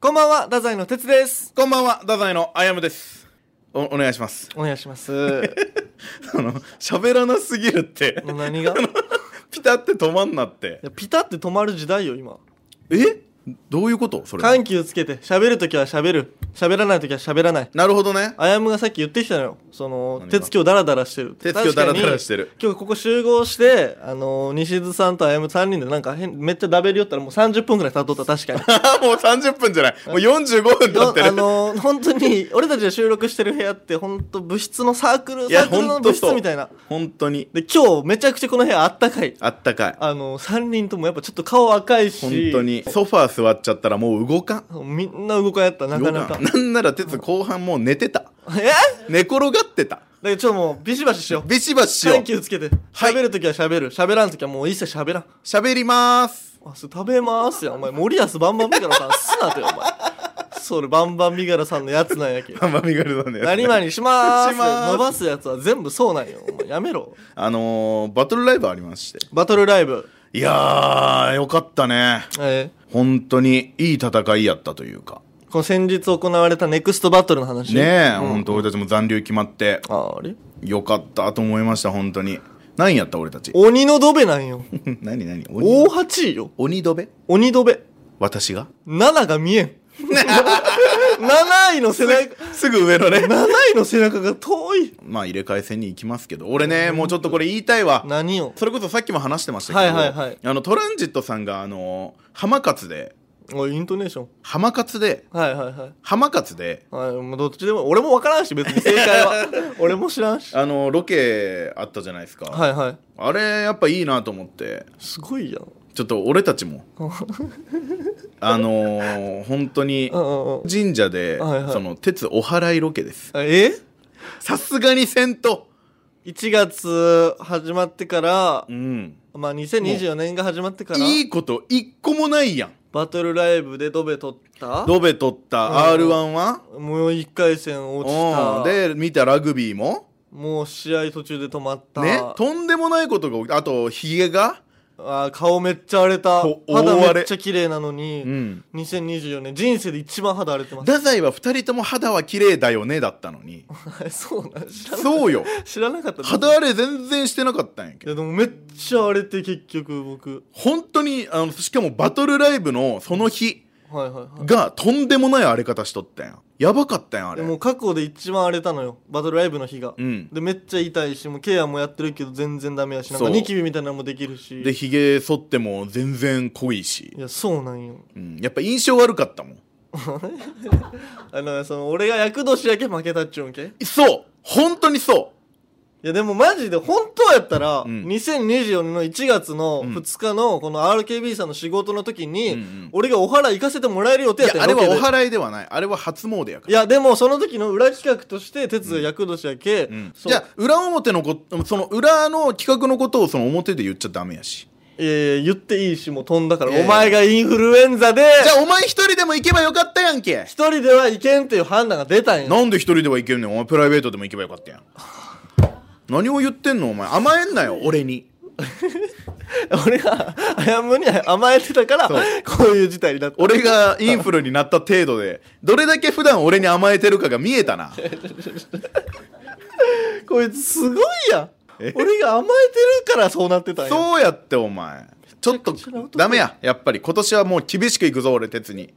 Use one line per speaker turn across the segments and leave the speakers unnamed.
こんばんは、太宰の哲です。
こんばんは、太宰のあやむです。お、お願いします。
お願いします。
あの、喋らなすぎるって、
何が
ピタって止まんなって。
ピタって止まる時代よ、今。
えどういうことそれ。
緩急つけて、喋るときは喋る。喋らないときは喋らない。
なるほどね。
あやむがさっき言ってきたのよ。その、
何が
鉄橋ダラダラしてるって。。
手つきをダラダラしててる。
今日ここ集合して、あのー、西津さんとあやむ3人でなんか変、めっちゃダベりよったらもう30分くらい経っとった、確かに。
もう30分じゃない。もう45分経って
あ
る。
のー、本当に、俺たちが収録してる部屋って、本当部室のサークル、
い
サ
や
ークルの
ほんと
部
そう
室みたいな。
本当に。
で、今日めちゃくちゃこの部屋あったかい。
あったかい。
あのー、3人ともやっぱちょっと顔赤いし。
本当に。ソファー座っちゃったらもう動かん。
みんな動かんやった、なかなか
動。んなんなら鉄後半もう寝てた。
えだ
寝転がってた。
けどちょっともう、ビシバシしよう。
ビシバシしよ
緩
う。
急つけて。
はい
喋るときは喋る。喋らんときはもう一切喋らん。
喋りまー す。
あ、それ食べまーすやん。お前、森保バンバンビガラさんすなとよ、お前。それ、バンバンビガラさんのやつなんやけ。
ハンバミガルさんのやつね
何々しまーす
します
伸ばすやつは全部そうなんよ。お前、やめろ。
あのー、バトルライブありまして。
バトルライブ。
いやー、よかったね。
え
本当にいい戦いやったというか。
ーこの先日行われたネクストバトルの話。
ねえ、
うん
本当俺たちも残留決まって、
ああれ
よかったと思いました、本当に。何やった俺たち。
鬼のドベなんよ。
何何鬼
大八位よ。
鬼どべ
鬼ドベ。
私が
7が見えん。7位の背 中、
すぐ上のね。
7位の背中が遠い。
まあ入れ替え戦に行きますけど。俺ね、もうちょっとこれ言いたいわ。
何を
それこそさっきも話してましたけど、
はいはいはい
あのトランジットさんがあの浜勝で
おいイントネーション。
浜勝で
はいはいはい。
浜勝で
はい、もうどっちでも、俺もわからんし、別に正解 は。俺も知らんし。
あのロケあったじゃないですか、
はいはい。
あれやっぱいいなと思って
すごいやん。
ちょっと俺たち もあのー本当に
うんうんうん。
神社で、
はいはい
その鉄お祓いロケです
あえ
さすがにせんと
?1 月始まってから
う、ん
まあ2024年が始まってから、
いいこと一個もないやん
バトルライブでドベ取った
ドベ取った
うん
R1 は、
もう1回戦落ちた。
うん、で見たラグビーも
もう試合途中で止まった。
ねとんでもないことが起きたあとひげが
あー顔めっちゃ荒れた
こう
肌
大荒れ
めっちゃ綺麗なのに、
うん
2024年人生で一番肌荒れてます
太宰は2人とも肌は綺麗だよねだったのに
そうなん知らな
そうよ
知らなかった
肌荒れ全然してなかったんやけ
い
ど
やでもめっちゃ荒れて結局僕
本当にあのしかもバトルライブのその日
はいはいはい
がとんでもない荒れ方しとったんややばかったんやあれ
でもう過去で一番荒れたのよバトルライブの日が、
うん
でめっちゃ痛いしもうケアもやってるけど全然ダメやしなんか
そう
ニキビみたいなのもできるし
でひげ剃っても全然濃いし
い、やそうなんよ
うん、やっぱ印象悪かったもん
あのその俺が厄年だけ負けたっちゅうんけい
そう本当にそ
やでもマジで本当やったら、
うん
2024年の1月の
うん
2日のこの RKB さんの仕事の時に、
うんうん
俺がお祓い行かせてもらえる予
う
定
い
や
や
ったん
あ
よ
れは
ロケ
お
で
祓いではないあれは初詣やか
い
ら
やでもその時の裏企画として哲が役年やけ、
うん
そう
じゃあ裏表のこその裏の企画のことをその表で言っちゃダメやし
えー、言っていいしもう飛んだから、
いやいや
お前がインフルエンザで
じゃあお前一人でも行けばよかったやんけ
一人ではいけんっていう判断が出たんや
なんで一人では行けるのお前プライベートでも行けばよかったやん何を言ってんのお前甘えんなよ俺に
俺があやむに甘えてたから
そう
こういう事態になった
俺がインフルになった程度でどれだけ普段俺に甘えてるかが見え たな
こいつすごいやん
え
俺が甘えてるからそうなってたんや
そうやってお前ちょっと
ちゃくちゃな男
ダメややっぱり今年はもう厳しくいくぞ俺 鉄に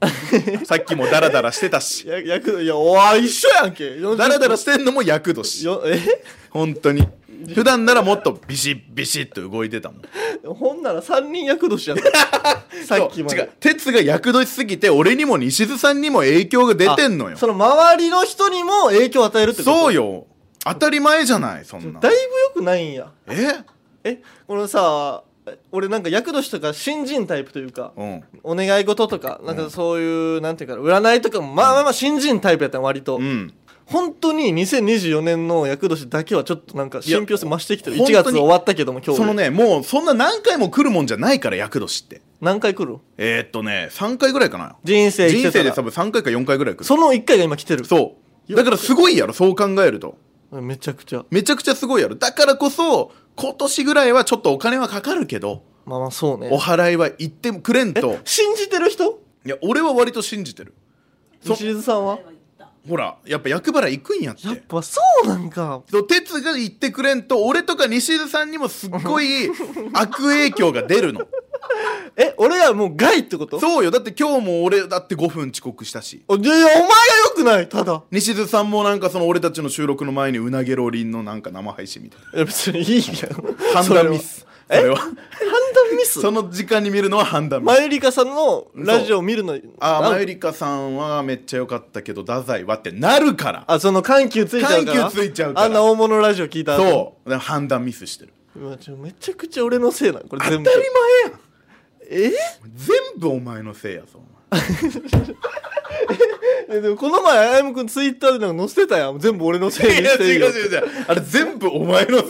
さっきもダラダラしてたし
や役いやおわ一緒やんけ40
ダラダラしてんのも厄年
よえ
本当に普段ならもっとビシッビシッと動いてたもん
ほんなら3人役年やったさっきま
そう違
で
う鉄が厄年すぎて俺にも西津さんにも影響が出てんのよ
その周りの人にも影響を与えるってこと
そう
よ
よ当たり前じゃないそんな
だいぶ良くないんや
え
えこのさ俺なんか厄年とか新人タイプというか
うん
お願い事とかなんかそういう、なんていうか占いとかもまあまあまあ新人タイプやったん割と、
うん
本当に2024年の厄年だけはちょっとなんか信憑性増してきてる1
いや
月終わったけども今日
その
で
ねもうそんな何回も来るもんじゃないから厄年って
何回来る
えー、っとね3回ぐらいかな
人生生き
人
てた
生
ら
で多分3回か4回ぐらい来る
その1回が今来てる
そうだからすごいやろそう考えると
めちゃくちゃ
めちゃくちゃすごいやろだからこそ今年ぐらいはちょっとお金はかかるけど
まあまあそうね
お祓いは行ってくれんと
信じてる人
いや俺は割と信じてるそ
西津さんは
ほらやっぱ役払い行くんやって
やっぱそうなんか
そう哲が言ってくれんと俺とか西津さんにもすっごい悪影響が出 るの
え俺らもう害ってこと
そうよだって今日も俺だって5分遅刻したし
おいやいやお前が良くないただ
西津さんもなんかその俺たちの収録の前にうなげろりんのなんか生配信みたい
いや別にいいやん
な判断ミス そ
え
れは
判断ミス
その時間に見るのは判断ミ
マ
ス
ユリカさんのラジオを見るの
あ
な
あマユリカさんはめっちゃ良かったけど太宰はってなるから
あその緩急ついちゃうから
緩急ついちゃうから
あんな大物ラジオ聞いた後
そうだから判断ミスしてる
うわちょめちゃくちゃ俺のせいなこれ全部
当たり前やん
え
全部お前のせいやぞお前
えでもこの前あやむくんツイッターでなんか載せてたやん全部俺のせい
い
に
や
し
違
てる
う
よ
違う違うあれ全部お前のせい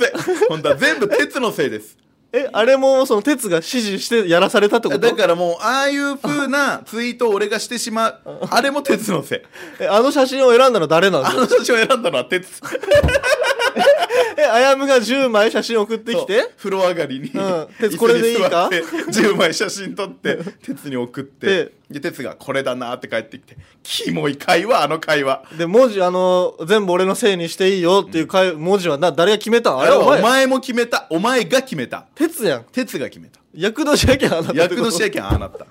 本当は全部鉄のせいです
えあれもその哲が指示してやらされたってこと
だからもうああいう風なツイートを俺がしてしまうあれも鉄の せい
えあの写真を選んだの誰な
あ
の
の写真を選んだのは鉄
えあやむが10枚写真送ってき
そう
て
風呂上がりに、
ん鉄これでいいか
椅子に座って10枚写真撮って鉄に送って
で
で鉄がこれだなって帰ってきてキモい会話あの会話
で文字あの全部俺のせいにしていいよっていうかい、文字はな誰が決めたんあ
あ
れ
れは
はお前
お前も決めたお前が決めた
哲やん
鉄が決めた
躍動しなきゃあなたってこ
躍
と
動しやけんああなった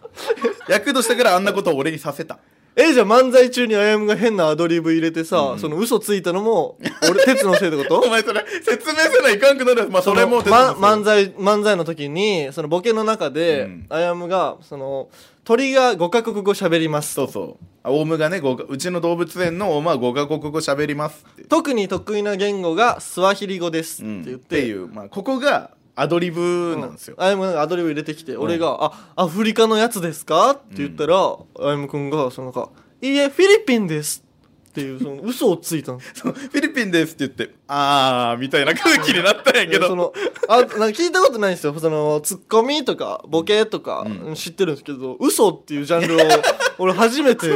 躍動したからあんなことを俺にさせた
えじゃあ漫才中にあやむが変なアドリブ入れてさ、その嘘ついたのも俺哲のせいって こ
お
と
前それ説明せないかんくなるまあそれも
そのま
鉄のせい
漫才漫才の時にそのボケの中で、
うん
あやむがその鳥が5カ国語喋ります
そうそうあオウムがねごかうちの動物園のオウムは5カ国語喋りますって
特に得意な言語がスワヒリ語ですって
うん
言っ
って
て、
いうまあここがアドリブなんですよ、
あやむがアドリブ入れてきて、俺が「あアフリカのやつですか?」って言ったら、あやむくんがそのなんか「いいえフィリピンです」っていうその嘘をついたの
そうフィリピンですって言ってあーみたいな空気になったんやけど
そのあなんか聞いたことないんですよそのツッコミとかボケとか知ってるんですけど、嘘っていうジャン ルを俺初めて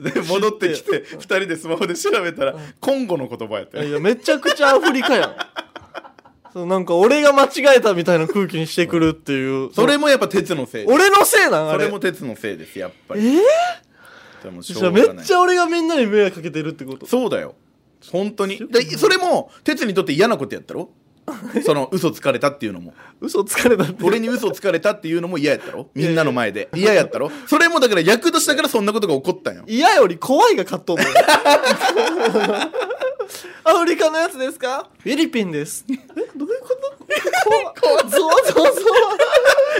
で戻ってきて2人でスマホで調べたらコンゴの言葉やった
い
よ
やめちゃくちゃアフリカやんそうなんか俺が間違えたみたいな空気にしてくるっていう
それもやっぱ鉄のせいです
俺のせいなんあ
そ
れ
れも鉄のせいですやっぱり
え
それもしょ
じゃあ
う
め
が
っ
ない
ちゃ俺がみんなに迷惑かけてるってこと
そうだよ本当にでそれも鉄にとって嫌なこと やったろその嘘つかれたっていうのも
嘘つかれたって
俺に嘘つかれたっていうのも嫌やったろみんなの前で嫌やったろそれもだから役としたからそんなことが起こったんよ
嫌より怖いが勝っ とんのよアフリカのやつですかフィリピンですえどういうこと怖いゾワゾワゾ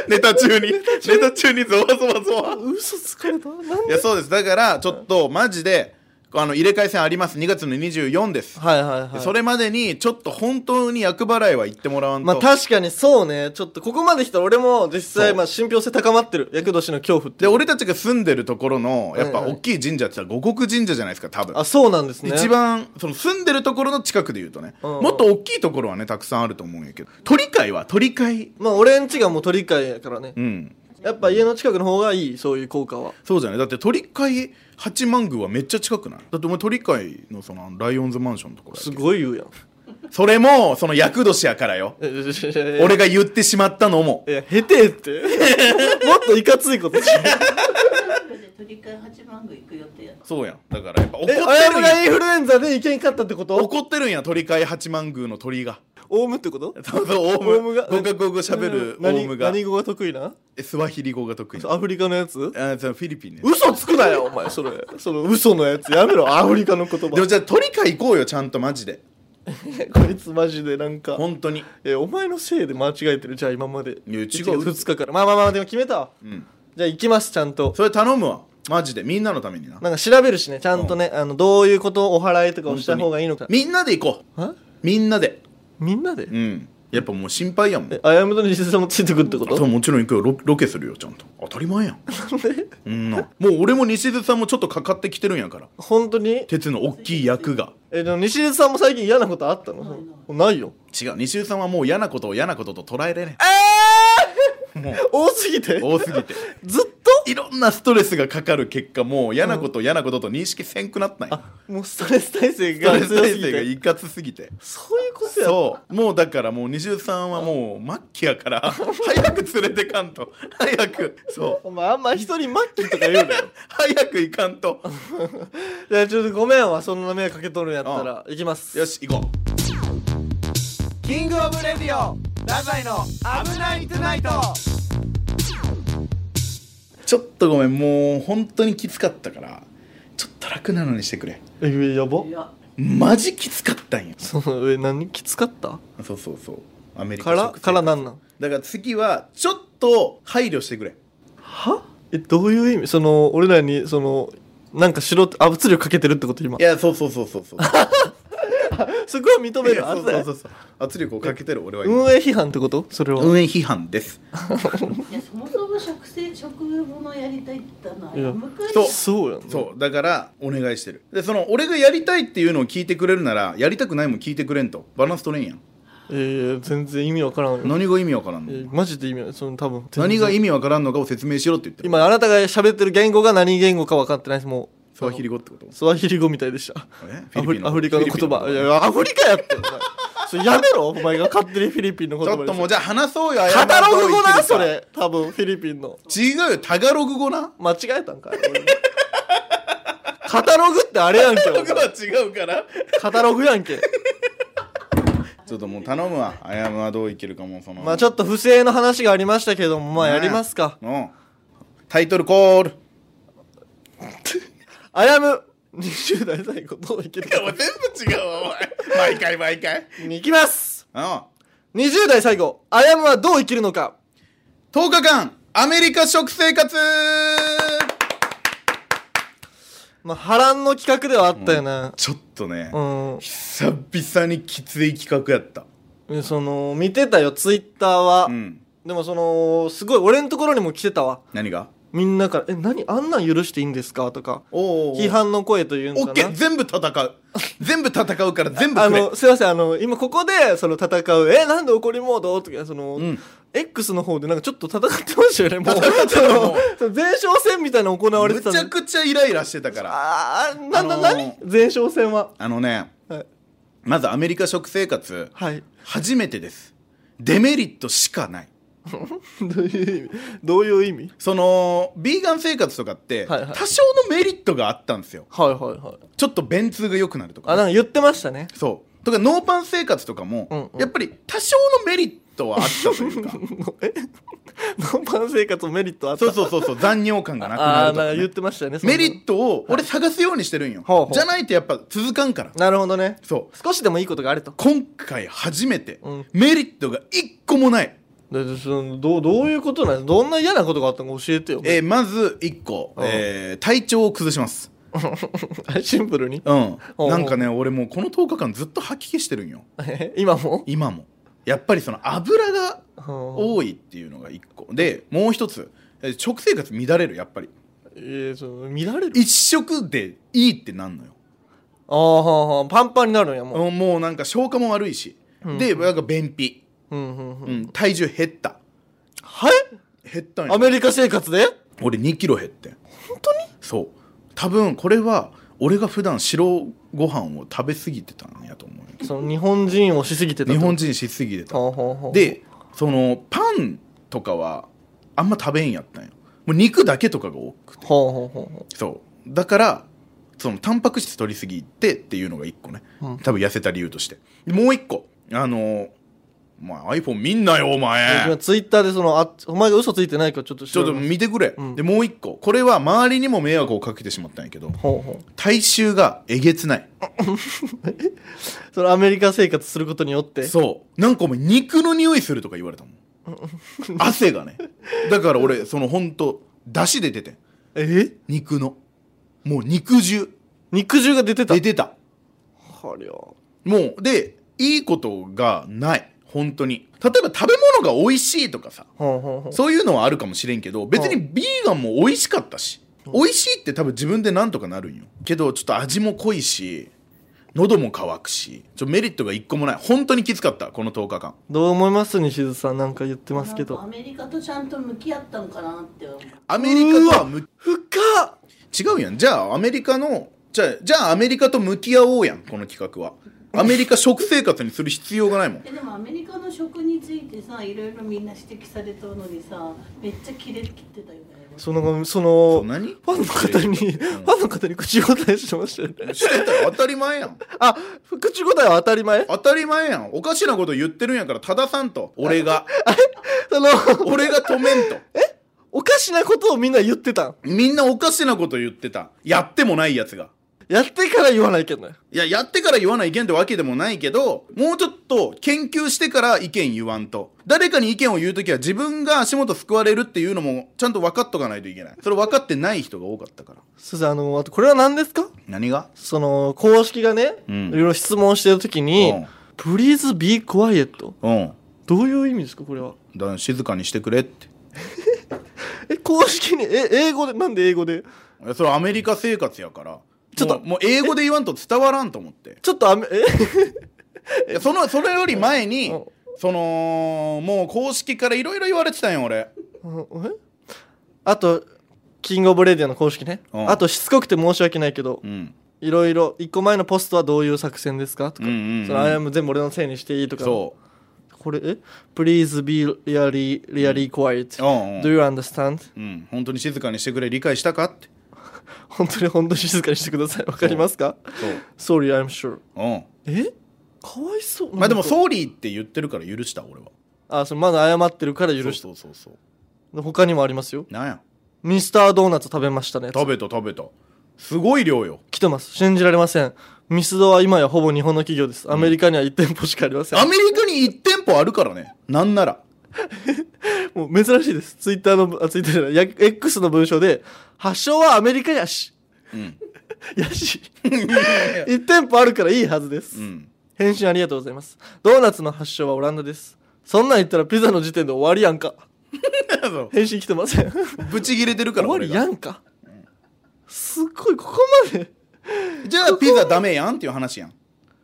ネタ中にネタ中にゾワゾワゾワ
ワ嘘つかれたなん
いやそうですだからちょっとマジであの入れ替え戦あります2月の24です、
はいはいはい
それまでにちょっと本当に厄払いは言ってもらわんと、
まあ確かにそうねちょっとここまで来たら俺も実際
そう
まあ信憑性高まってる厄年の恐怖って
で俺たちが住んでるところのやっ
は
ぱ
いはい
大きい神社って言ったら五穀神社じゃないですか多分
あそうなんですね
一番その住んでるところの近くで言うとね、
うんうん
もっと大きいところはねたくさんあると思うんやけど鳥飼いは鳥飼い
まあ俺んちがもう鳥飼いやからね
うん
やっぱ家の近くの方がいいそういう効果は
そうじゃないだって鳥飼い八幡宮はめっちゃ近くないだってお前鳥飼いのそのライオンズマンションのところや
す
っけ
ごい言うやん
それもその厄年やからよ
俺
俺が言ってしまったのも
いや、へてえ って。もっといかついことしよう
鳥飼い八幡宮行く予定やった
そうやんだからやっぱ怒っ
え、あや
てる
む
ん
が
や
インフルエンザでいけんかったってこと
怒ってるんや鳥飼い八幡宮の鳥が
オウムってこと
そうそうオウム
オウ ムが
合格語喋るオウムが
何何語が得意な
えスワヒリ語が得意
アフリカのやつ
あそのフィリピンね
嘘つくなよ、お前、それ。その嘘のやつ。やめろ、アフリカの言葉。
でもじゃあ鳥飼い行こうよちゃんとマジで
こいつマジでなんか。
本当に
え、お前のせいで間違えてる。じゃあ今まで。
いや違う
2日から。まあまあまあ、でも決めたわ。
うん
じゃあ行きます、ちゃんと。
それ頼むわマジでみんなのためにな
なんか調べるしね、ちゃんとね、あの、どういうことをお祓いとかをした方がいいのか。
みんなで行こう
は
みんなで
みんなで
うんやっぱもう心配やもん
え、あやむと西田さんもついてくるってこと
そうもちろん行くよロロケするよちゃんと当たり前やんうんなもう俺も西津さんもちょっとかかってきてるんやから
本当に
鉄の大きい役が
えでも西出さんも最近嫌なことあったの
な
な
い
いよ
違う西津さんはもう嫌なことを嫌なことと捉えれね
多すぎて
え多すぎて
ずっ
いろんなストレスがかかる結果もう嫌なこと嫌なことと認識せんくなったんや、
あもうストレス耐性
スト
が
レス
強す
体
ぎ
制が
て
いかつすぎて
そういうことや
そうもうだからもう23はもう末期やから早く連れてかんと早くそう
お前あんま人にマッキーとか言うなよ
早く行かんと
いやちょっとごめんわそんな迷惑かけとるんやったらいきます
よし行こう
キングオブレディオラザイの危ないトゥナイト
ちょっとごめんもう本当にきつかったからちょっと楽なのにしてくれ
えやば
いや
マジきつかったんよ
その上何きつかった
そうそうそうアメリカ
から
食生活
からなんなん
だから次はちょっと配慮してくれ
はえどういう意味その俺らにそのなんかしろって圧力かけてるってこと今
いやそうそうそうそう そう
そこは認め
い
る
やそう
あ
そ
そうう
そ
そう
うそう圧力をかけてる俺は今
運営批判ってことそれは、
運営批判です
いやそもそも食生食物やりたいって言ったのはい
や
やむかい
そう
そうやんな
そうだからお願いしてるでその俺がやりたいっていうのを聞いてくれるならやりたくないも聞いてくれんとバランス取れんやん
えー、全然意味わからんよ
何が意味わからん
え
の
ーマジで意味ないその多分
何が
全然
意味わからんのかを説明しろって言ってる
今あなたが喋ってる言語が何言語か分かってないですもう
スワヒリ語ってこと
スワヒリ語みたいでした
え
ア
ィ
フリ
リピン
アフリカの言葉いやアフリカやってお前それやめろお前が勝手にフィリピンの言葉
ちょっともう
う
じゃあ話そうよ
カタログ語
謝
な
ると
そ
生きる
れ多分フィリピンの
か違うよタガログ語な
間違えたんかい俺カタログってあれやんけ
タガロ
お
グ
前
は違うから
カタログやんけ
ちょっともう頼むわあやむはどう生きるかもその
まあちょっと不正の話がありましたけどもまあやりますか
うんタイトルコール
あやむ20代最後どういけるか
お前全部違うわお前毎回毎回
いきます
うん
20代最後あやむはどう生きるのか
10日間アメリカ食生活
まあ波乱の企画ではあったよな
ちょっとね、
うん、
久々にきつい企画やった
その見てたよツイッターは、
うん
でもそのすごい俺のところにも来てたわ
何が
みんなから「え何あんなん許していいんですか?」とか
お
批判の声という
オ
の
ッ
か
ケ
な
ー全部 戦う全部戦うから全部
あ
くれ
のすいませんあの今ここでその戦う「えなんで怒りモード?」とかその、
うん
X の方でなんかちょっと戦ってましたよねもうそ
た
の
もう
その前哨戦みたいなの行われて
む
た
ちゃ
の
くちゃイライラしてたから
あーなんだ、
あのー
何前哨戦は
あのね
はい、
まずアメリカ食生活
はい、
初めてですデメリットしかない
どういう意味どういう意味
そのビーガン生活とかって
はいはい
多少のメリットがあったんですよ
はいはいはい
ちょっと便通が良くなると
あ
か
なんか言ってましたね
そうとかノーパン生活とか
うん
も
うん
やっぱり多少のメリットはあったというか
えノーパン生活メリットあった
そうそうそうそう残尿感がなくな
あ
る
あー
と
なんか
かね
言ってましたよねそんな
メリットを俺探すようにしてるんよ
ほうほう
じゃないとやっぱ続かんから
なるほどね
そう
少しでもいいことがあると
今回初めて
うん
メリットが一個もない
ででそのどうどういうことなんどんな嫌なことがあったのか教えてよ、
えーまず一個
うん
えー体調を崩します
シンプルに
うん
おう
なんかね俺もうこの10日間ずっと吐き気してるんよ
今も
今もやっぱりその油が
お
多いっていうのが一個でもう一つえー食生活乱れるやっぱり
えー、その見られる
一食でいいってなんのよ
ああははパンパンになるんやもう、
うんもうなんか消化も悪いし
うん
でなんか便秘
うんうんうん
うん体重減った
はい
減ったん
ア
よ
メリカ生活で
俺2キロ減って本当にそう多分これは俺が普段白ご飯を食べ過ぎてたんやと思うよ
その日本人をしすぎてた
日本
人
人しすぎてた
ほうほうほう
でそのパンとかはあんま食べんやったんよもう肉だけとかが多くて
ほうほうほうほ
そうだからそのタンパク質取りすぎてっていうのが1個ね
う、うん
多分痩せた理由としてでもう1個あのーお前 iPhone 見んなよお前
今ツイッターでそのあお前が嘘ついてないかちょっと
ちょっと
調べます
見てくれ、
うん
でもう1個これは周りにも迷惑をかけてしまったんやけど
ほうほう
体臭がえげつない
そのアメリカ生活することによって
そうなんかお前肉の匂いするとか言われたもん 汗がねだから俺そのほんと出汁で出てん
え
肉のもう肉汁
肉汁が出てた
出てた
はりゃ
もうでいいことがない本当に例えば食べ物が美味しいとかさ
ほうほうほう
そういうのはあるかもしれんけど別にビーガンも美味しかったし美味しいって多分自分でなんとかなるんよけどちょっと味も濃いし喉も渇くしちょメリットが一個もない本当にきつかったこの10日間
どう思います西津さんなんか言ってますけ
なんか
ど
アメリカとちゃんと向き合ったんかなって思う
アメリカとはむ
深っ
違うやんじゃあアメリカのじゃあじゃあアメリカと向き合おうやんこの企画はアメリカ食生活にする必要がないもん
えでもアメリカの食についてさいろいろみんな指摘されたのにさめっちゃキレ切ってたよね
そのその
そう何
ファンの方に、
うん
ファンの方に口答えしてましたよね
してたら当たり前やん
あ口答えは当たり前
当たり前やんおかしなこと言ってるんやから正さんと俺が
その
俺が止めんと
おかしなことをみんな言ってたん
みんなおかしなこと言ってたやってもないやつが
やってから言わないけんない
いややってから言わない意見ってわけでもないけどもうちょっと研究してから意見言わんと誰かに意見を言うときは自分が足元救われるっていうのもちゃんと分かっとかないといけないそれ分かってない人が多かったから
すいませんあのあとこれは何ですか
何が
その公式がね、
うん
いろいろ質問してるときに、
うん
Please be quiet
うん
どういう意味ですかこれは
だから静かにしてくれって
え公式にえ英語でなんで英語で
いやそれアメリカ生活やから
ちょっと
もうもう英語で言わんと伝わらんと思って
ちょっとあめえ
いやそのそれより前に
うん
そのもう公式からいろいろ言われてたんよ俺
うんえあとキングオブレディオの公式ね、
うん
あとしつこくて申し訳ないけど
うん
いろいろ1個前のポストはどういう作戦ですかとか、
うんうんうん
そのあれも全部俺のせいにしていいとか
そ
これえ Please be really really
う
quiet、
うんうん
Do you understand?
うん本当に静かにしてくれ理解したかって
本当に本当に静かにしてくださいわかりますか
そう
Sorry I'm sure
うん
えかわいそう
まあでも
う
ソーリーって言ってるから許した俺は
あそのまだ謝ってるから許した
そうそうそうそう
他にもありますよ
なんや
ミスタードーナツ食べましたね
食べた食べたすごい量よ
来てます信じられませんミスドは今やほぼ日本の企業ですアメリカには1店舗しかありません、
アメリカに1店舗あるからねなんなら
もう珍しいですツイッターのあツイッターじゃないや X の文章で発祥はアメリカやし
うん
やし1店舗あるからいいはずです、
うん
返信ありがとうございますドーナツの発祥はオランダですそんなん言ったらピザの時点で終わりやんか
そう
返信来てません
ブチ切れてるか
終
ら
わ
俺
り
が
やんかすっごいここまで
じゃあピザダメやんっていう話やん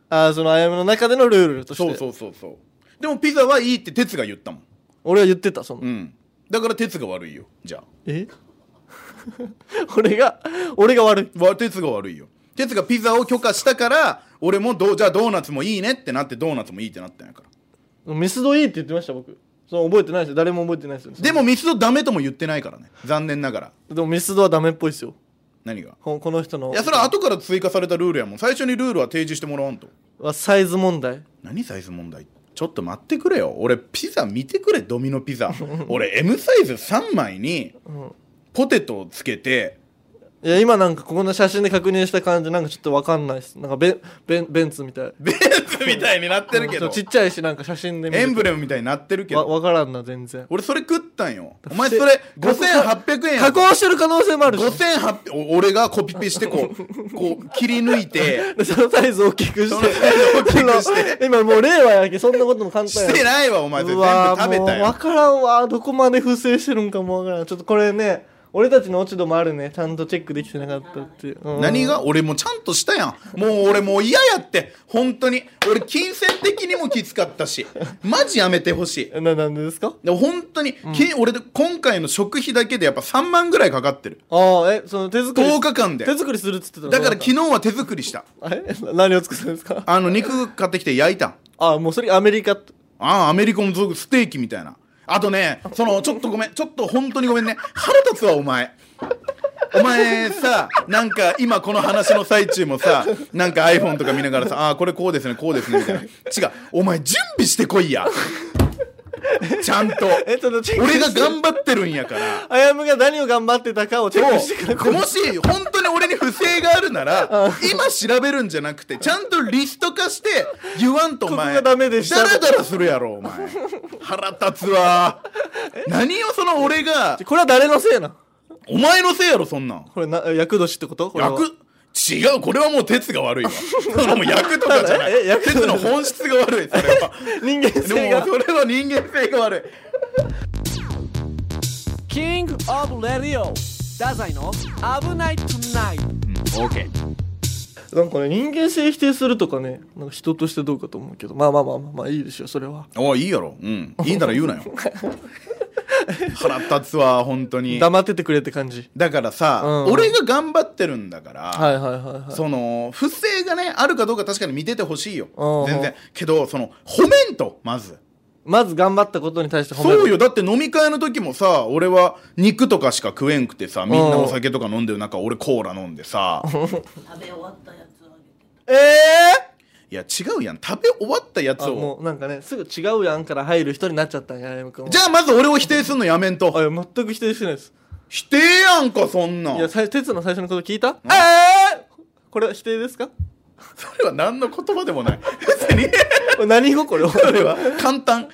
ああそのあやめの中でのルールとして
そうそうそうそうでもピザはいいって哲が言ったもん
俺は言ってたその、
うんだから哲が悪いよじゃあ
え 俺が俺が悪い
わ哲が悪いよ哲がピザを許可したから俺もどうじゃあドーナツもいいねってなってドーナツもいいってなったんやから
ミスドいいって言ってました僕その覚えてないですよ誰も覚えてないですよ
でもミスドダメとも言ってないからね残念ながら
でもミスドはダメっぽいですよ
何が
ここの人の
いやそれは後から追加されたルールやもん最初にルールは提示してもらわんと
はサイズ問題
何サイズ問題ちょっと待ってくれよ俺ピザ見てくれドミノピ ザ俺 M サイズ3枚にポテトをつけて
いや今なんかここの写真で確認した感じなんかちょっとわかんないですなんかベンベンベンツみたい
ベンツみたいになってるけ
ちょっ
ど
とちっちゃいしなんか写真で見
エン
る
ブレムみたいになってるけ
とわ
ど
わからんな全然
俺それ食ったんよお前それ5800円や
加
ぞ
工してる可能性もあるし
5800お俺がコピペしてこうこう切り抜い て
でそのサイズ大きくして
そのサイズ大きくして
その今もう令和やけそんなことも簡単や
してないわお前それ
う
全
わ
部
ー
食べ
もう
たよ
分からんわーどこまで不正してるんかも分からんちょっとこれね俺たちの落ち度もあるねちゃんとチェックできてなかったっていう、うん
何が俺もちゃんとしたやんもう俺もう嫌やって本当に俺金銭的にもきつかったし マジやめてほしい
ななんでですか
で本当に、け俺今回の食費だけでやっぱ3万ぐらいかかってる
ああえその手作り
10日間で
手作りするっつってたの
だから
ど
昨日は手作りした
うなんだあれ 何を作ったんですか
あの肉買ってきて焼いたん
ああもうそれアメリカと
ああアメリカンゾーステーキみたいなあとねそのちょっとごめんちょっと本当にごめんね腹立つわお前お前さなんか今この話の最中もさなんか iPhone とか見ながらさああこれこうですねこうですねみたいな違うお前準備してこいやちゃんと
えちょっとチェック
俺
して
が頑張ってるんやから
あやむが何を頑張ってたかをチェックしてからこ
もし本当に俺に不正があるなら今調べるんじゃなくてちゃんとリスト化して言わんとお
ここ
前
がダメでした
ダラダラするやろお前腹立つわ何をその俺が
これは誰のせいな
お前のせいやろそんなん
これな厄年ってことこれは
役違うこれはもう鉄が悪いわそれはもう役とかじゃな
た だえ
い
役
鉄の本質が悪いそれは
人間 性
で
が
もそれは人間性が悪い
キングオブレディオ太宰の危ないトゥナイト
オーケー
なんかね人間性否定するとかねなんか人としてどうかと思うけどまあまあまあまあまあいいでしょそれは
おいいやろうんいいなら言うな よ腹立つわ本当に
黙っててくれって感じ
だからさ、
うん
俺が頑張ってるんだから、
はいはいはいはい
その不正がねあるかどうか確かに見ててほしいよ
うん
全然けどその褒めんとまず
まず頑張ったことに対して褒める
そうよだって飲み会の時もさ俺は肉とかしか食えんくてさみんなお酒とか飲んでる中俺コーラ飲んでさ
食べ終わったやつをあげて
え
いや違うやん食べ終わったや
え
つ
あ
を
もうなんかねすぐ違うやんから入る人になっちゃったんやあやむくんは
じゃあまず俺を否定すんのやめん
あい
と
や全く否定してないです
否定やんかそんなん
いやさ哲の最初のこと聞いたええこれは否定ですか
それは何の言葉でもない 別に
何語これは
それは 簡単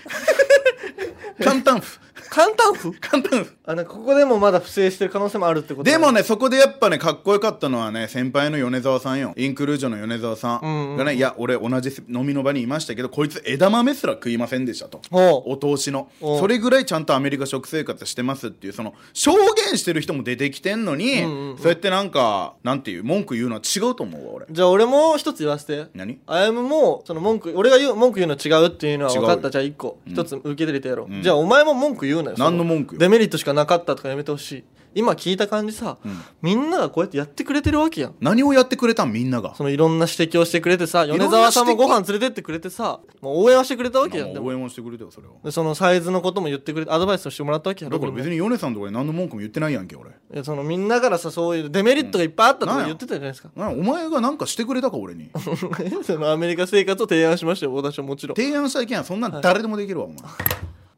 簡単譜
簡単譜
簡単譜
あなんかここでもまだ不正してる可能性もあるってことだ
でもねそこでやっぱねかっこよかったのはね先輩の米沢さんよインクルージョンの米沢さんがね、
んうん
いや俺同じ飲みの場にいましたけどこいつ枝豆すら食いませんでしたと
ほう
お通しの
おう
それぐらいちゃんとアメリカ食生活してますっていうその証言してる人も出てきてんのに、
んうんうん
そうやってなんかなんていう文句言うのは違うと思うわ俺
じゃあ俺も一つ言わせて
何
あやむもその文句俺が言う文句言うの違うっていうのは分かっ
違うよ
たじゃあ一個一つ受け入れてやろう、
うん
じゃあお前も文句言うなよ
何の文句よ
デメリットしかなかったとかやめてほしい今聞いた感じさ、
ん
みんながこうやってやってくれてるわけやん
何をやってくれたんみんなが
そのいろんな指摘をしてくれてさ
んな
米沢さんも
指摘
ご飯連れてってくれてさもう応援はしてくれたわけやんで
応
も
援をしてくれたよそれは
でそのサイズのことも言ってくれてアドバイスをしてもらったわけやろ
だから別
俺も
に米さんとかに何の文句も言ってないやんけ俺
いやそのみんなからさそういうデメリットがいっぱいあったと
うん
か言ってたじゃないですか、
なお前が何かしてくれたか俺に
そのアメリカ生活を提案しましたよ私はもちろん
提案した意見はそんなん誰でもできるわお前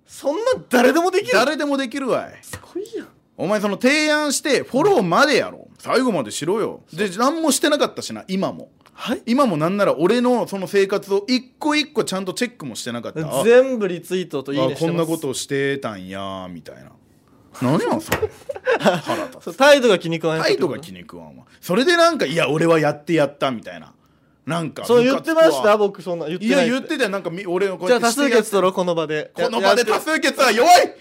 そんなん誰でもできる
誰でもできるわい
すごいやん
お前その提案してフォローまでやろ最後までしろよで何もしてなかったしな今も
はい
今もなんなら俺のその生活を一個一個ちゃんとチェックもしてなかったあ
全部リツイートといい
あ
ねして
こ
ます
んなことをしてたんやーみたいな何なんそれ腹立
そう
つ
態度が気に食わない
態度が気に食わんわそれでなんかいや俺はやってやったみたいななんか
そう言ってまし
ムカつく
た
わ
僕そんな言って
い
な
や
い
言ってたよなんかみ俺のこう
じゃ
や
あ
って
多
して
数
や
決取ろうこの場で
この場で
や
多数決は弱い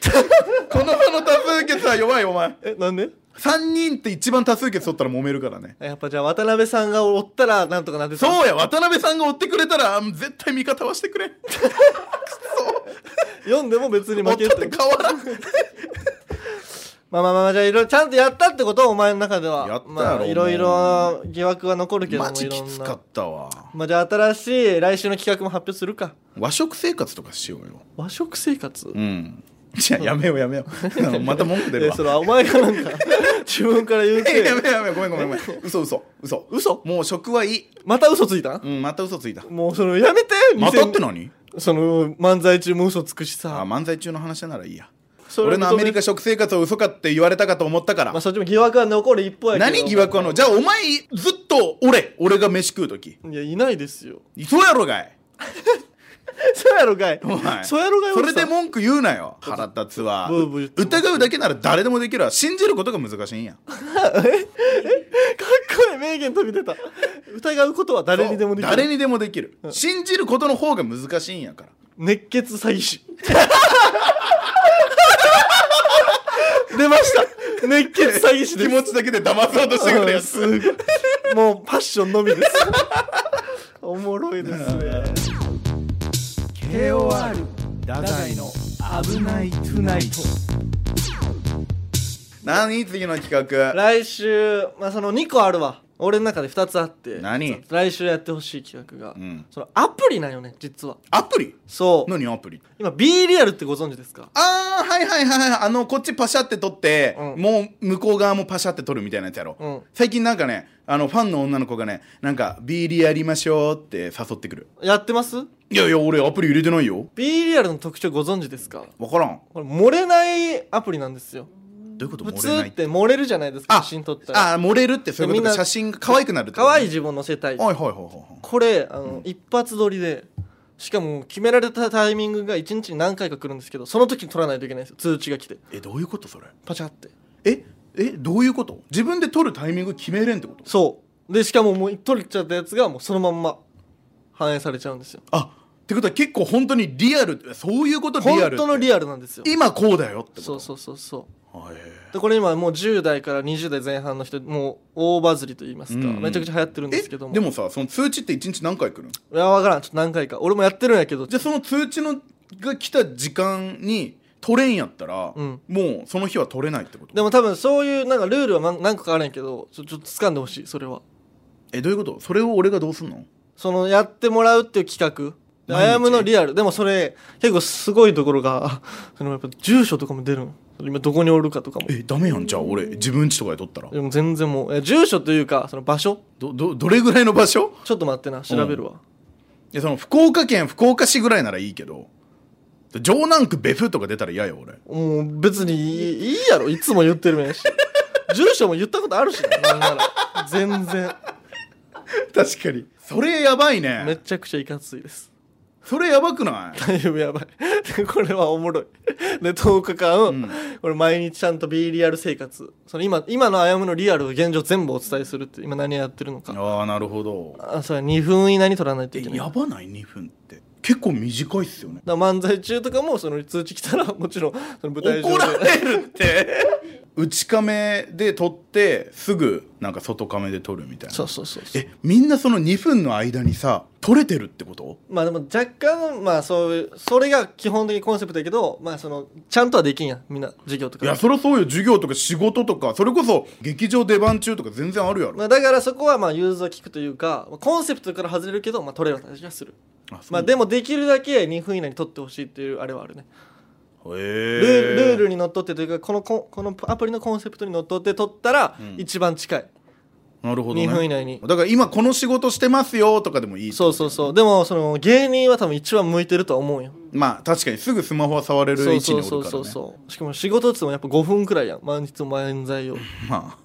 この場の多数決は弱いお前
えなんで
3人って一番多数決取ったら揉めるからね
やっぱじゃあ渡辺さんがおったらなんとかなってた
そうや渡辺さんが追ってくれたらうん絶対味方はしてくれ
読んでも別に
追 っ
負
た
け
っ
る
て変わらん
まあまあまあまあじゃあいろいろちゃんとやったってことはお前の中では
やったやろ
まあいろいろ疑惑は残るけども
マジ
いろ
き
んな
つかったわ
まあじゃあ新しい来週の企画も発表するか
和食生活とかしようよ
和食生活
うんじゃあやめようやめよ うまた文句出る
え
わ
それはお前がなん か自分から言うて
やめようやめようごめんごめんごめん嘘嘘嘘
嘘
もう食はいい
また嘘ついたん
うんまた嘘ついた
もうそのやめて
またって
の
何
その漫才中も嘘つくし
あ
さ
漫才中の話ならいいや
それ
俺のアメリカ
認
食生活を嘘かって言われたかと思ったか
めまあ
ら
そっちも疑惑は残る一方やけど
何疑惑あんのじゃあお前ずっと俺俺が飯食う時
いやいないですよ
そうやろがい
そうやろがい
お前
そうやろがい
それで
う
文句言うなよ腹立つわ
ブーブー言って
疑うだけなら誰でもできるわ信じることが難しいんや
かっこいい名言飛び出た疑うことは誰にでもできる
誰にでもできる信じることの方が難しいんやから
熱血詐欺 師出ました 熱血詐欺師です
気持ちだけで騙そうとしてくるや
う
つ
んすごいもうパッションのみです おもろいですね
KOR 太宰の危ないトゥナイト
何次の企画
来週、まあ、その2個あるわ俺の中で2つあって
何
来週やってほしい企画が、
うん
そのアプリなんよね実は
アプリ
そう
何アプリ
今 B リアルってご存知ですか
あーはいはいはいはいあのこっちパシャって撮って、
うん
もう向こう側もパシャって撮るみたいなやつやろ、
うん
最近なんかねあのファンの女の子がねなんかビーリやりましょうって誘ってくる
やってます
いやいや俺アプリ入れてないよ
B リアルの特徴ご存知ですか
分からん
これ漏れないアプリなんですよ
どういうこと
普
漏
通
れない
って漏れるじゃないですか
あ
写真撮ったら
あー漏れるってそういうこ
みん
とか
な
写真が可愛くなるってこと
可愛い自分載せたい
はいはいはいはい
これあの、一発撮りでしかも決められたタイミングが1日に何回か来るんですけどその時に撮らないといけないんですよ通知が来て
えどういうことそれ
パチャって
ええどういうこと自分で撮るタイミング決めれんってこと
そうでしかももう取れちゃったやつがもうそのまんま反映されちゃうんですよ
あってことは結構本当にリアルそういうことリアル
本当のリ
ア
アルなんですよ
今こうだよってこと
そうそうそうそう
ああへ
でこれ今もう10代から20代前半の人もう大バズりと言いますか、
うんうん
めちゃくちゃ流行ってるん
え
ですけども
でもさその通知って1日何回来るの
いや分からんちょっと何回か俺もやってるんやけど
じゃあその通知のが来た時間に取れんやったら、
うん
もうその日は取れないってこと
でも多分そういうなんかルールは何何個かあるんやけどちょちょっと掴んでほしいそれは
えどういうことそれを俺がどうすんの
そのやってもらうっていう企画で
毎日
あやむのリアルでもそれ結構すごいところが そのやっぱ住所とかも出るの今どこにおるかとかも
えダメやんじゃあ俺自分家とかで取ったら
でも全然もうえ住所というかその場所
どどどれぐらいの場所
ちょっと待ってな調べるわ、
いやその福岡県福岡市ぐらいならいいけど城南区別府とか出たら嫌よ 俺
もう別にいいいいやろいつも言ってる やんし住所も言ったことあるしななんなら全 然
確かにそれやばい
め
ね
ちゃくちゃいかついです
それやばくない
だいぶやばい これはおもろいで10日間、
ん
これ毎日ちゃんと B リアル生活その今今のあやむのリアルを現状全部お伝えするって今何やってるのか
ああなるほど
あそれ2分以内に取らないと
え
いけないだ
や
か
ばない2分って結構短いっすよね
ら漫才中とかもその通知来たら もちろんその舞台上
怒ら
で
れるって内亀で撮ってすぐなんか外亀で撮るみたい
そ
な
うそうそうそう
えみんなその2分の間にさ撮れてるってこと
まあでも若干まあそういうそれが基本的コンセプトだけどまあそのちゃんとはできんやんみんな授業とか
いやそりゃそうよ授業とか仕事とかそれこそ劇場出番中とか全然あるやろ、
まあ、だからそこはまあ融通は聞くというかまあコンセプトから外れるけど、まあ、取れる形がする
あそう
まあでもできるだけ2分以内に取ってほしいっていうあれはあるね、
へ
ルールー
ル
ルにのっとってというかこのここのアプリのコンセプトにのっとって取ったら
うん
一番近い、
なるほど、ね、
2分以内に
だから今この仕事してますよとかでもいい
そうそうそうでもその芸人は多分一番向いてるとは思うよ
まあ確かにすぐスマホは触れる
そ
位
う
置
そ
にお
う
るか
そ
ら、
う
ね、
そうそうしかも仕事っつってもやっぱ5分くらいやん毎日漫才を
ま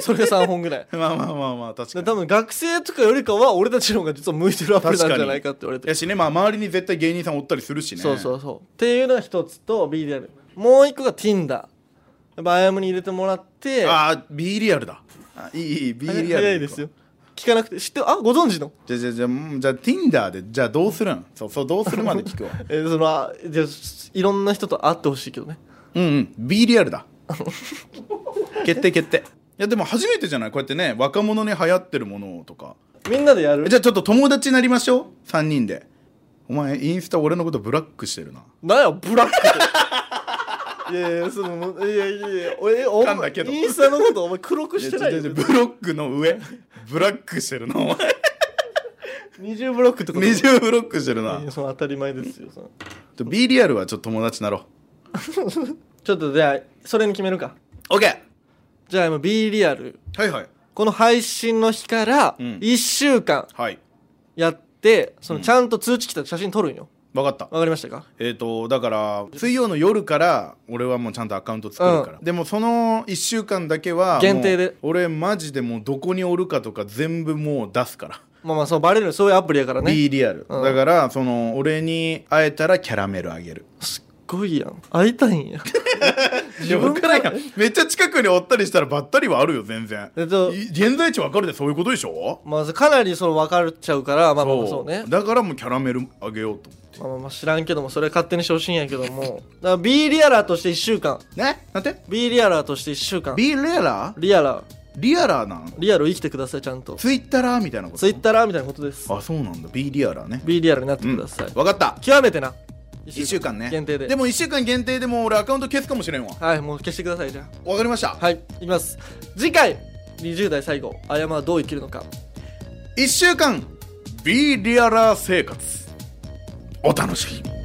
それが3本くらい
あ、まあまあまあまあ確
で
かに
多分学生とかよりかは俺たちの方が実は向いてるアプリなんじゃないかって言われ てる
やしねまあ周りに絶対芸人さんおったりするしね
そうそうそうっていうのが一つと B であるもう一個が Tinder やっぱあやむに入れてもらって
ああ B リアルだあいいいい B リアル
早いですよ聞かなくて知ってあご存知の
じゃあじゃあじゃあうんじゃあ Tinder でじゃあどうするんそうそうどうするまで 聞くわ
えーそのあじゃあいろんな人と会ってほしいけどね
うんうん B リアルだ決定決定いやでも初めてじゃないこうやってね若者に流行ってるものとか
みんなでやる
じゃあちょっと友達になりましょう3人でお前インスタ俺のことブラックしてるな
なんやブラックって いやいやそのいやいやいや俺お
噛んだ
前
けど
インスタのことお前黒くしてない
いや
よ
ちょちょちょブロックの 上ブラックしてるなお前
二重ブロックってこと
二重ブロックしてる
いや
ない
やその当たり前ですよその
B リアルはちょっと友達になろ
ちょっとじゃあそれに決めるか
う OK は
じゃあ今 B リアル
いはい
この配信の日から
うん
1週間
はい
やって、そのちゃんと通知来たら写真撮るんよ
分かった
わかりましたか
えっ、とだから水曜の夜から俺はもうちゃんとアカウント作るから、
う
でもその1週間だけは
限定で
もう俺マジでもうどこにおるかとか全部もう出すから、
まあまあそうバレるそういうアプリやからね
B リアル、
うん
だからその俺に会えたらキャラメルあげる
すっごいやん会いたいんや
いや分からんやんめっちゃ近くにおったりしたらばったりはあるよ全然
えっと
い現在地分かるでそういうことでしょ
まあかなりその分かっちゃうからまあまあまあそうね
だからもうキャラメルあげようと思って
まあまあまあ知らんけどもそれは勝手にしてほしいんやけどもだから B リアラーとして1週間
ねなんて
B リアラーとして1週間
B レラー
リアラー
リアラーなん
リアルを生きてくださいちゃんと
ツイッターラーみたいなこと
ツイッターみたいなことです
あそうなんだ B リアラーね
B リアルになってください、
分かった
極めてな一
1週間ね
限定で
でも1週間限定でもう俺アカウント消すかもしれんわ
はいもう消してくださいじゃあ
分かりました
はい、いきます。次回、20代最後、あやまはどう生きるのか。
1週間 B リアラー生活お楽しみに